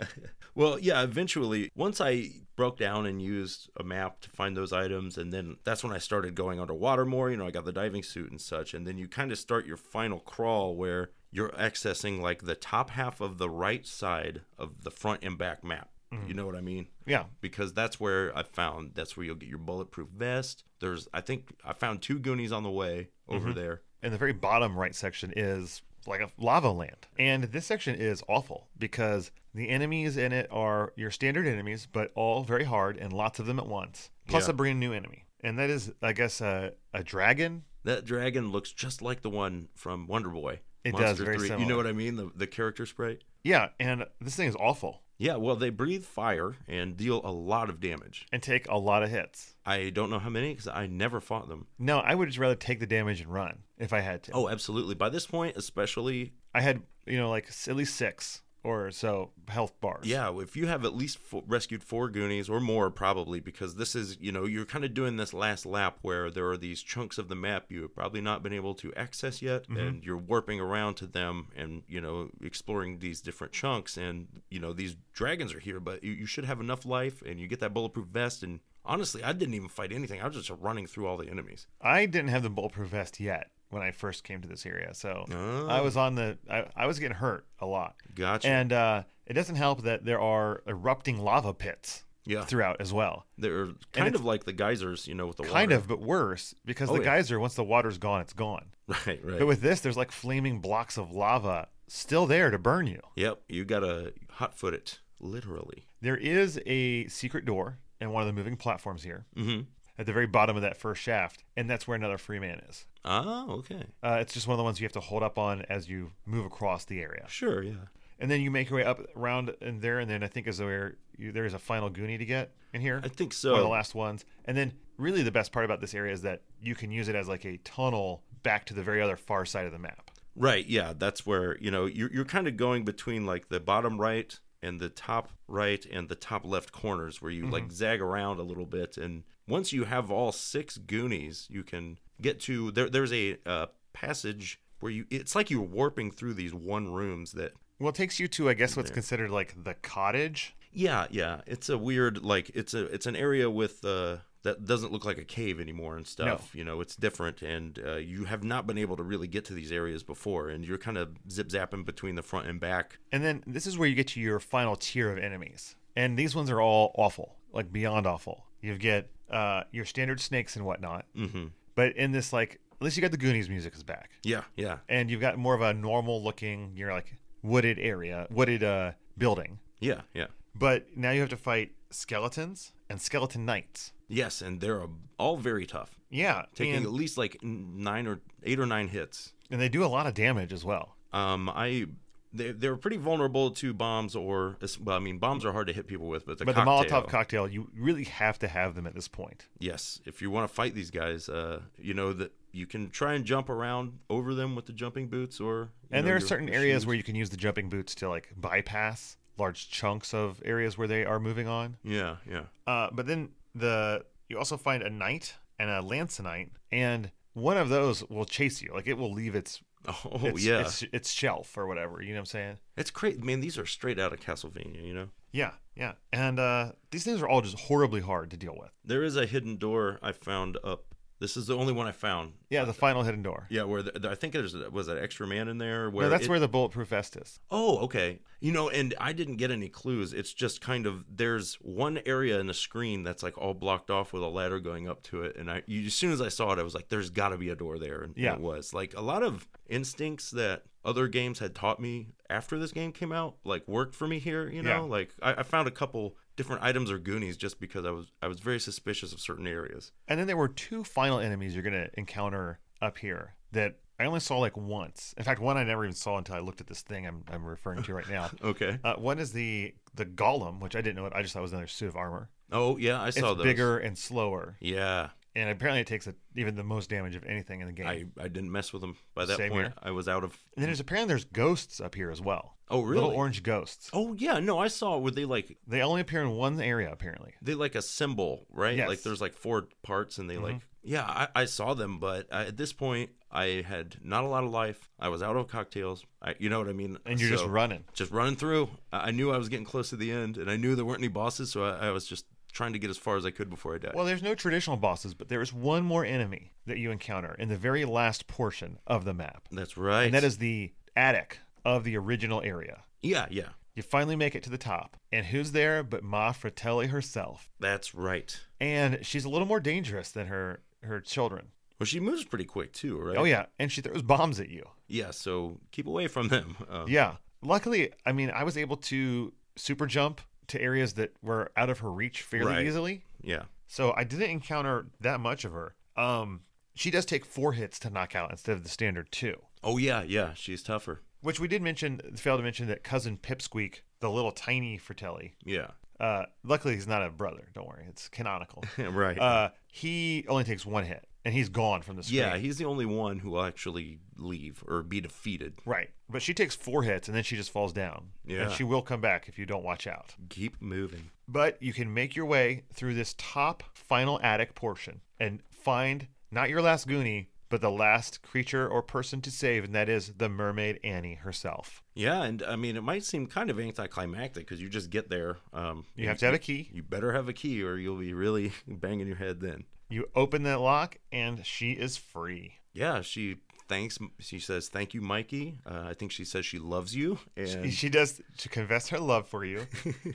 B: Well, yeah, eventually, once I broke down and used a map to find those items, and then that's when I started going underwater more. You know, I got the diving suit and such. And then you kind of start your final crawl where you're accessing like the top half of the right side of the front and back map.
A: Mm-hmm.
B: You know what I mean?
A: Yeah.
B: Because that's where I found that's where you'll get your bulletproof vest. There's, I think, I found two Goonies on the way over
A: Mm-hmm.
B: there.
A: And the very bottom right section is like a lava land. And this section is awful because the enemies in it are your standard enemies, but all very hard and lots of them at once. Plus
B: Yeah.
A: a brand new enemy. And that is, I guess, a, a dragon
B: That dragon looks just like the one from Wonder Boy.
A: It does, very
B: You
A: similar.
B: know what I mean? The, the character sprite.
A: Yeah, and this thing is awful
B: Yeah, well, they breathe fire and deal a lot of damage.
A: and take a lot of hits.
B: I don't know how many because I never fought them.
A: No, I would just rather take the damage and run if I had to.
B: Oh, absolutely. By this point, especially,
A: I had, you know, like at least six or so health bars.
B: yeah, if you have at least fo rescued four Goonies or more, probably, because this is, you know, you're kind of doing this last lap where there are these chunks of the map you have probably not been able to access yet, and you're warping around to them and, you know, exploring these different chunks. And, you know, these dragons are here, but you, you should have enough life and you get that bulletproof vest. And honestly, I didn't even fight anything, I was just running through all the enemies.
A: I didn't have the bulletproof vest yet when I first came to this area, so I was on the. I, I was getting hurt a lot,
B: Oh, Gotcha.
A: and uh, it doesn't help that there are erupting lava pits
B: Yeah.
A: throughout as well.
B: They're kind of like the geysers, you know, with the
A: Kind
B: water. Oh,
A: of, but worse because the
B: yeah.
A: geyser. Once the water's gone, it's gone.
B: Right, right.
A: But with this, there's like flaming blocks of lava still there to burn you.
B: yep, you gotta hot foot it, literally.
A: There is a secret door in one of the moving platforms here
B: Mm-hmm.
A: at the very bottom of that first shaft, and that's where another free man is.
B: Oh, okay.
A: Uh, it's just one of the ones you have to hold up on as you move across the area.
B: Sure, yeah.
A: And then you make your way up around in there, and then I think is where you, there is a final Goonie to get in here.
B: I think
A: One of the
B: so.
A: last ones. And then really the best part about this area is that you can use it as like a tunnel back to the very other far side of the map.
B: Right, yeah. That's where, you know, you're, you're kind of going between like the bottom right and the top right and the top left corners where you
A: Mm-hmm.
B: like zag around a little bit. And once you have all six Goonies, you can get to there. There's a uh, passage where you, it's like you're warping through these one rooms that
A: Well, it takes you to, I guess, what's considered like the cottage.
B: Yeah, yeah. It's a weird like it's a it's an area with uh that doesn't look like a cave anymore and stuff. You know, it's different, and uh, you have not been able to really get to these areas before, and you're kind of zip zapping between the front and back.
A: And then this is where you get to your final tier of enemies. And these ones are all awful, like beyond awful. You get uh, your standard snakes and whatnot. Mm-hmm. But in this like At least you got the Goonies music is back,
B: Yeah, yeah,
A: and you've got more of a normal looking, you're like wooded area, wooded uh, building.
B: yeah, yeah.
A: But now you have to fight skeletons and skeleton knights.
B: Yes, and they're uh, all very tough,
A: Yeah,
B: taking
A: and,
B: at least like n- nine or eight or nine hits.
A: and they do a lot of damage as well.
B: Um, I they they were pretty vulnerable to bombs or well, I mean bombs are hard to hit people with, but the
A: But
B: cocktail,
A: the Molotov cocktail, you really have to have them at this point.
B: Yes, if you want to fight these guys, uh, you know that you can try and jump around over them with the jumping boots or. you
A: And
B: know,
A: there are
B: your-
A: certain
B: your
A: areas
B: shoes.
A: where you can use the jumping boots to like bypass large chunks of areas where they are moving on.
B: Yeah, yeah.
A: Uh, but then the you also find a knight and a lancelite, and one of those will chase you. Like it will leave its
B: Oh
A: its,
B: yeah, it's,
A: its, its shelf or whatever. You know what I'm saying?
B: crazy, man. These are straight out of Castlevania, you know.
A: Yeah, yeah. And uh, these things are all just horribly hard to deal with.
B: There is a hidden door I found up. This is the only one I found.
A: Yeah, the final hidden door.
B: Uh, Yeah, where the, the- I think there's was an extra man in there. Where
A: No, that's
B: it-
A: where the bulletproof vest is.
B: Oh, okay. You know, and I didn't get any clues. It's just kind of there's one area in the screen that's like all blocked off with a ladder going up to it, and I you, as soon as I saw it, I was like, "There's got to be a door there," and, and
A: Yeah.
B: it was like a lot of instincts that other games had taught me after this game came out, like worked for me here. You know,
A: Yeah.
B: like I, I found a couple different items or Goonies just because I was I was very suspicious of certain areas.
A: And then there were two final enemies you're gonna encounter up here that I only saw like once. In fact, one I never even saw until I looked at this thing I'm, I'm referring to right now.
B: Okay.
A: Uh, one is the the golem, which I didn't know. It, I just thought was another suit of armor.
B: Oh yeah, I
A: It's
B: saw those.
A: bigger and slower,
B: Yeah,
A: and apparently it takes a, even the most damage of anything in the game.
B: I, I didn't mess with them by that
A: Same
B: point.
A: here.
B: I was out of.
A: And then there's apparently there's ghosts up here as well.
B: Oh really?
A: Little orange ghosts.
B: Oh yeah, no, I saw where they like
A: They only appear in one area apparently.
B: they like a symbol, right?
A: Yes. Mm-hmm.
B: Like there's like four parts, and they like yeah, I, I saw them, but I, at this point I had not a lot of life. I was out of cocktails. I, you know what I mean?
A: And you're just
B: So,
A: running.
B: just running through. I I knew I was getting close to the end, and I knew there weren't any bosses, so I, I was just trying to get as far as I could before I died.
A: Well, there's no traditional bosses, but there is one more enemy that you encounter in the very last portion of the map.
B: That's right.
A: And that is the attic of the original area.
B: yeah, yeah.
A: You finally make it to the top. And who's there but Ma Fratelli herself?
B: That's right.
A: And she's a little more dangerous than her her children.
B: Well, she moves pretty quick too, right?
A: Oh yeah, and she throws bombs at you.
B: Yeah. So keep away from them. Uh,
A: Yeah. Luckily, I mean, I was able to super jump to areas that were out of her reach fairly
B: Right.
A: easily.
B: yeah.
A: So I didn't encounter that much of her. Um, she does take four hits to knock out instead of the standard two,
B: Oh yeah, yeah. She's tougher.
A: which we did mention, failed to mention that cousin Pipsqueak, the little tiny Fratelli,
B: Yeah.
A: uh, luckily he's not a brother. Don't worry, it's canonical.
B: right.
A: uh, he only takes one hit and he's gone from the screen.
B: Yeah, he's the only one who will actually leave or be defeated.
A: right. But she takes four hits and then she just falls down.
B: Yeah.
A: and she will come back if you don't watch out.
B: Keep moving.
A: But you can make your way through this top final attic portion and find not your last Goonie, but the last creature or person to save, and that is the mermaid Annie herself.
B: Yeah, and I mean, it might seem kind of anticlimactic because you just get there. Um,
A: You have to have a key.
B: You better have a key, or you'll be really banging your head then.
A: You open the lock, and she is free.
B: Yeah, she thanks. She says, "Thank you, Mikey." Uh, I think she says she loves you, and
A: She does to confess her love for you.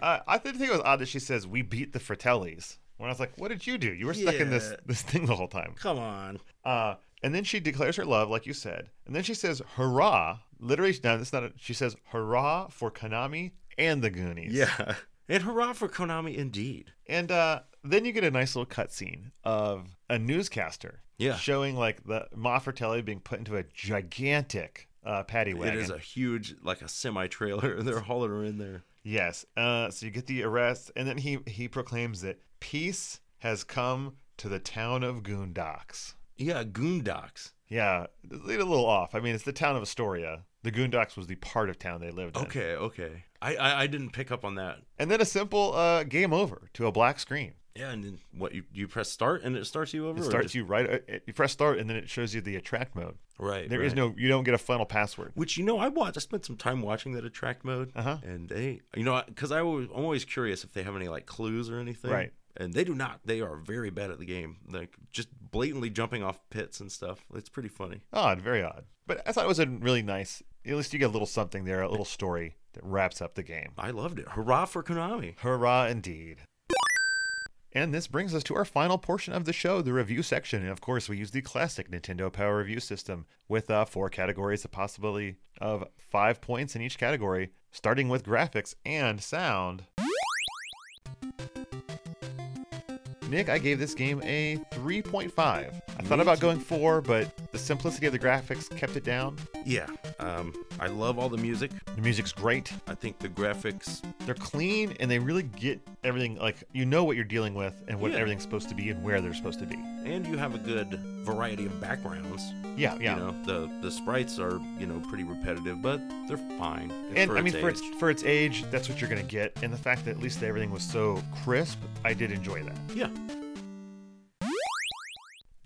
A: uh, I did think it was odd that she says, "We beat the Fratellis." When I was like, "What did you do? You were stuck in this
B: Yeah.
A: this thing the whole time."
B: come on.
A: Uh, and then she declares her love, like you said. And then she says, hurrah. Literally, no, that's not a, she says, hurrah for Konami and the Goonies.
B: Yeah, and hurrah for Konami, indeed.
A: And uh, then you get a nice little cutscene of a newscaster
B: Yeah.
A: showing like the Ma Fratelli being put into a gigantic uh, paddy wagon.
B: It is a huge, like a semi trailer. They're hauling her in there.
A: Yes. Uh, so you get the arrest, and then he, he proclaims that peace has come to the town of Goondocks.
B: Yeah, Goondocks.
A: Yeah, lead a little off. I mean, it's the town of Astoria. The Goondocks was the part of town they lived in.
B: Okay, okay. I, I I didn't pick up on that.
A: And then a simple uh, game over to a black screen.
B: Yeah, and then what you you press start and it starts you over.
A: It starts you right. uh, You press start, and then it shows you the attract mode.
B: right.
A: There is no. You don't get a final password.
B: Which you know, I watched. I spent some time watching that attract mode,
A: Uh-huh.
B: and they, you know, because I always, I'm always curious if they have any like clues or anything,
A: Right.
B: And they do not. They are very bad at the game, like just blatantly jumping off pits and stuff. It's pretty funny.
A: Odd, very odd. But I thought it was a really nice. At least you get a little something there, a little story that wraps up the game.
B: I loved it. Hurrah for Konami!
A: Hurrah, indeed. And this brings us to our final portion of the show, the review section. And of course, we use the classic Nintendo Power Review System with uh, four categories, the possibility of five points in each category, starting with graphics and sound. Nick, I gave this game a 3.5. I thought
B: Me
A: about
B: too.
A: going 4, but the simplicity of the graphics kept it down.
B: Yeah, um, I love all the music.
A: The music's great.
B: I think the graphics.
A: They're clean and they really get everything like you know what you're dealing with and what
B: Yeah.
A: everything's supposed to be and where they're supposed to be.
B: And you have a good variety of backgrounds.
A: Yeah, yeah.
B: You know, the the sprites are you know pretty repetitive, but they're fine.
A: and I mean, for its
B: age.
A: for its age, that's what you're gonna get. And the fact that at least everything was so crisp, I did enjoy that.
B: yeah,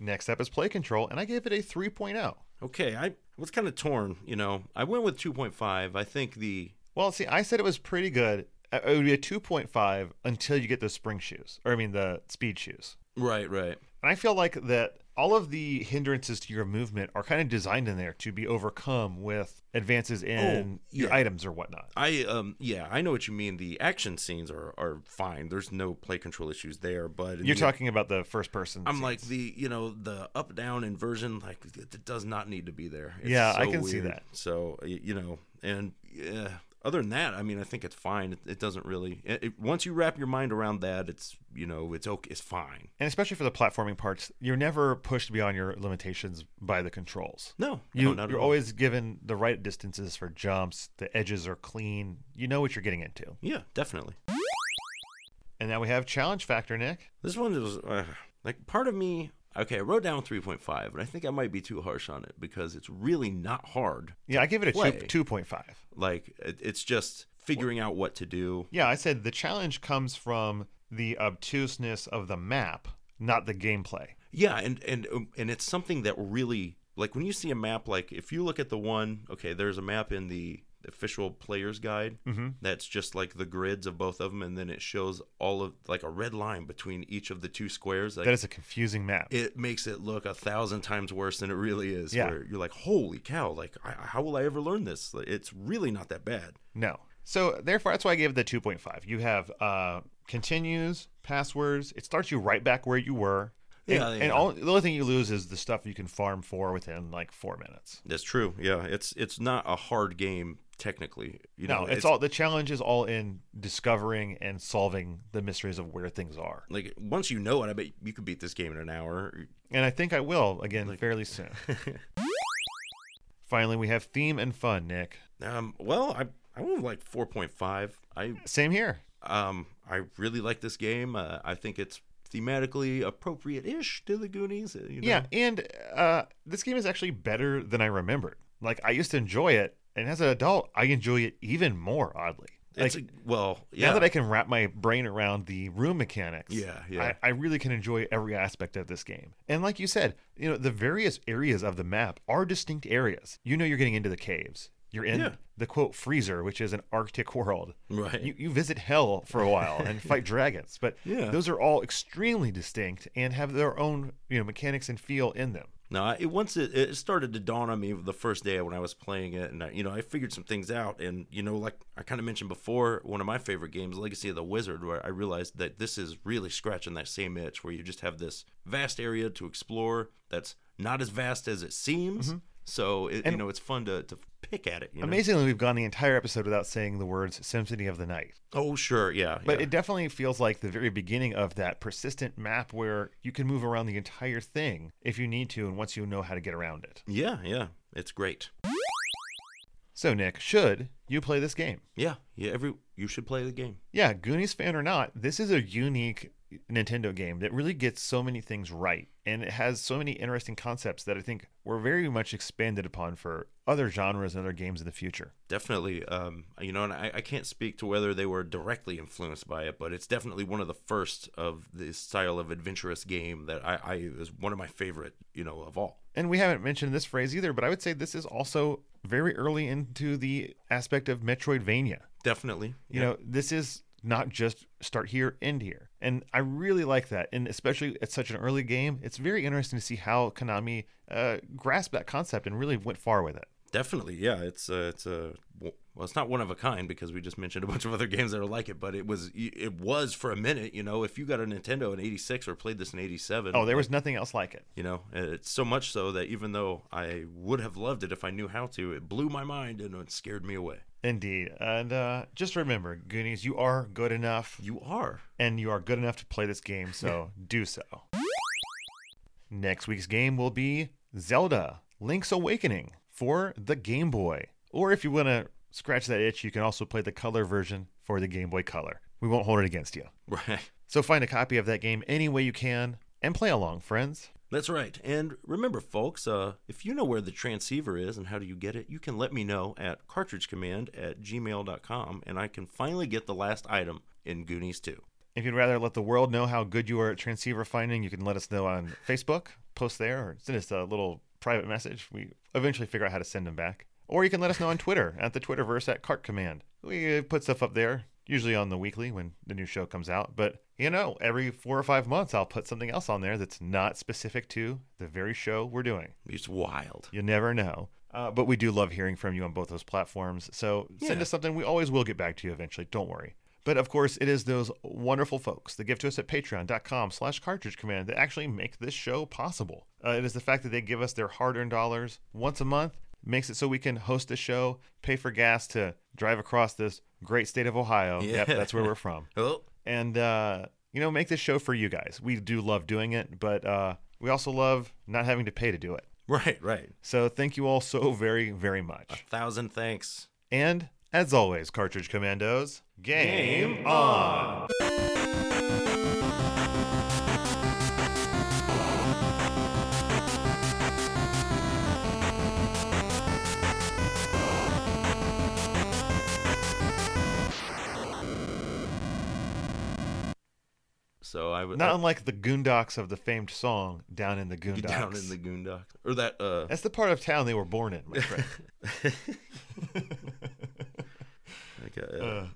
A: Next up is play control, and I gave it a oh. 3.0.
B: okay. I was kind of torn. You know, I went with 2.5. I think the
A: Well, see, I said it was pretty good. Uh, It would be a 2.5 until you get those spring shoes, or I mean the speed shoes.
B: right, right.
A: And I feel like that all of the hindrances to your movement are kind of designed in there to be overcome with advances in your
B: Oh, yeah.
A: items or whatnot.
B: I um yeah, I know what you mean. The action scenes are are fine. There's no play control issues there, but in
A: You're
B: the-
A: talking about the first person.
B: I'm
A: scenes.
B: like the you know the up down inversion like it it does not need to be there. It's
A: Yeah, I
B: so
A: can see
B: weird.
A: that.
B: So y- you know, and yeah, other than that, I mean, I think it's fine. It, it doesn't really. It, it- once you wrap your mind around that, it's you know, it's okay. It's fine.
A: and especially for the platforming parts, you're never pushed beyond your limitations by the controls.
B: No,
A: You,
B: no, not at
A: you're
B: all.
A: always given the right distances for jumps. The edges are clean. You know what you're getting into.
B: yeah, definitely.
A: And now we have challenge factor, Nick.
B: This one was uh, like part of me. Okay, I wrote down 3.5, and I think I might be too harsh on it because it's really not hard.
A: Yeah, I gave it a
B: Play.
A: two, two point five.
B: Like it, it's just figuring out what to do.
A: Yeah, I said the challenge comes from the obtuseness of the map, not the gameplay.
B: Yeah, and and um, and it's something that really like when you see a map, like if you look at the one, okay, there's a map in the official player's guide that's just like the grids of both of them, and then it shows all of like a red line between each of the two squares. Like
A: That is a confusing map.
B: it makes it look a thousand times worse than it really is.
A: Yeah.
B: where you're like, holy cow, like I, how will I ever learn this? Like, It's really not that bad.
A: No. So therefore, that's why I gave it the 2.5. You have uh, continues, passwords. It starts you right back where you were. And,
B: Yeah, yeah.
A: and all, the only thing you lose is the stuff you can farm for within like four minutes.
B: That's true. Yeah, it's it's not a hard game technically. You
A: No,
B: know,
A: it's all the challenge is all in discovering and solving the mysteries of where things are.
B: like once you know it, I bet you could beat this game in an hour.
A: And I think I will again fairly soon. Finally, we have theme and fun, Nick.
B: Um, well, I I went with like 4.5. I
A: Same here.
B: um I really like this game. Uh, I think it's thematically appropriate-ish to the Goonies. uh, You know?
A: Yeah, and uh, this game is actually better than I remembered. Like I used to enjoy it, and as an adult, I enjoy it even more. Oddly, like
B: It's a, well, yeah.
A: now that I can wrap my brain around the room mechanics,
B: Yeah, yeah.
A: I, I really can enjoy every aspect of this game. And like you said, you know, the various areas of the map are distinct areas. You know, you're getting into the caves. You're in
B: Yeah.
A: the quote freezer, which is an Arctic world.
B: Right.
A: You, you visit hell for a while and fight dragons, but
B: Yeah.
A: those are all extremely distinct and have their own you know mechanics and feel in them.
B: No, I- it once it, it started to dawn on me the first day when I was playing it, and I, you know I figured some things out, and you know like I kind of mentioned before, one of my favorite games, Legacy of the Wizard, where I realized that this is really scratching that same itch, where you just have this vast area to explore that's not as vast as it seems.
A: Mm-hmm.
B: So it, you know it's fun to, to pick at it. You know?
A: Amazingly, we've gone the entire episode without saying the words "Symphony of the Night,"
B: Oh sure, yeah,
A: but
B: yeah.
A: it definitely feels like the very beginning of that persistent map where you can move around the entire thing if you need to, and once you know how to get around it.
B: yeah, yeah, it's great.
A: So, Nick, should you play this game?
B: Yeah, yeah. Every you should play the game.
A: Yeah, Goonies fan or not, this is a unique Nintendo game that really gets so many things right. And it has so many interesting concepts that I think were very much expanded upon for other genres and other games in the future.
B: definitely um, you know and I, I can't speak to whether they were directly influenced by it but it's definitely one of the first of this style of adventurous game that i, I is one of my favorite you know of all
A: And we haven't mentioned this phrase either, but I would say this is also very early into the aspect of Metroidvania.
B: definitely
A: You know, this is not just start here, end here. And I really like that. And especially at such an early game, it's very interesting to see how Konami uh, grasped that concept and really went far with it.
B: Definitely, yeah. It's a, it's a well, it's not one of a kind because we just mentioned a bunch of other games that are like it, but it was it was for a minute. You know, if you got a Nintendo in '86 or played this in '87,
A: Oh, there was nothing else like it.
B: you know, it's so much so that even though I would have loved it if I knew how to, it blew my mind and it scared me away.
A: Indeed. And uh, just remember, Goonies, you are good enough,
B: You are
A: and you are good enough to play this game, so do so. Next week's game will be Zelda Link's Awakening for the Game Boy. Or if you want to scratch that itch, you can also play the color version for the Game Boy Color. We won't hold it against you.
B: right.
A: So find a copy of that game any way you can and play along, friends.
B: That's right. And remember, folks, uh, if you know where the transceiver is and how do you get it, you can let me know at cartridgecommand at gmail.com and I can finally get the last item in Goonies 2.
A: If you'd rather let the world know how good you are at transceiver finding, you can let us know on Facebook, post there, or send us a little private message. We eventually figure out how to send them back. Or you can let us know on Twitter at the Twitterverse at Cart Command. We put stuff up there, usually on the weekly when the new show comes out. But, you know, every four or five months, I'll put something else on there that's not specific to the very show we're doing.
B: It's wild.
A: You never know. Uh, but we do love hearing from you on both those platforms. So send
B: Yeah.
A: us something. We always will get back to you eventually. Don't worry. But of course, it is those wonderful folks that give to us at patreon.com slash cartridge command that actually make this show possible. Uh, it is the fact that they give us their hard earned dollars once a month, makes it so we can host the show, pay for gas to drive across this great state of Ohio. Yep,
B: Yeah.
A: that's where we're from
B: Oh,
A: and uh, you know make this show for you guys we do love doing it but uh, we also love not having to pay to do it
B: right, right.
A: so thank you all so very very much
B: Thousand thanks.
A: and as always cartridge commandos game,
B: Game
A: on
B: So I would
A: not unlike the goondocks of the famed song down in the
B: I-
A: goondocks
B: down in the Goondocks. Or that, uh,
A: that's the part of town they were born in my friend
B: like, uh,
A: Uh.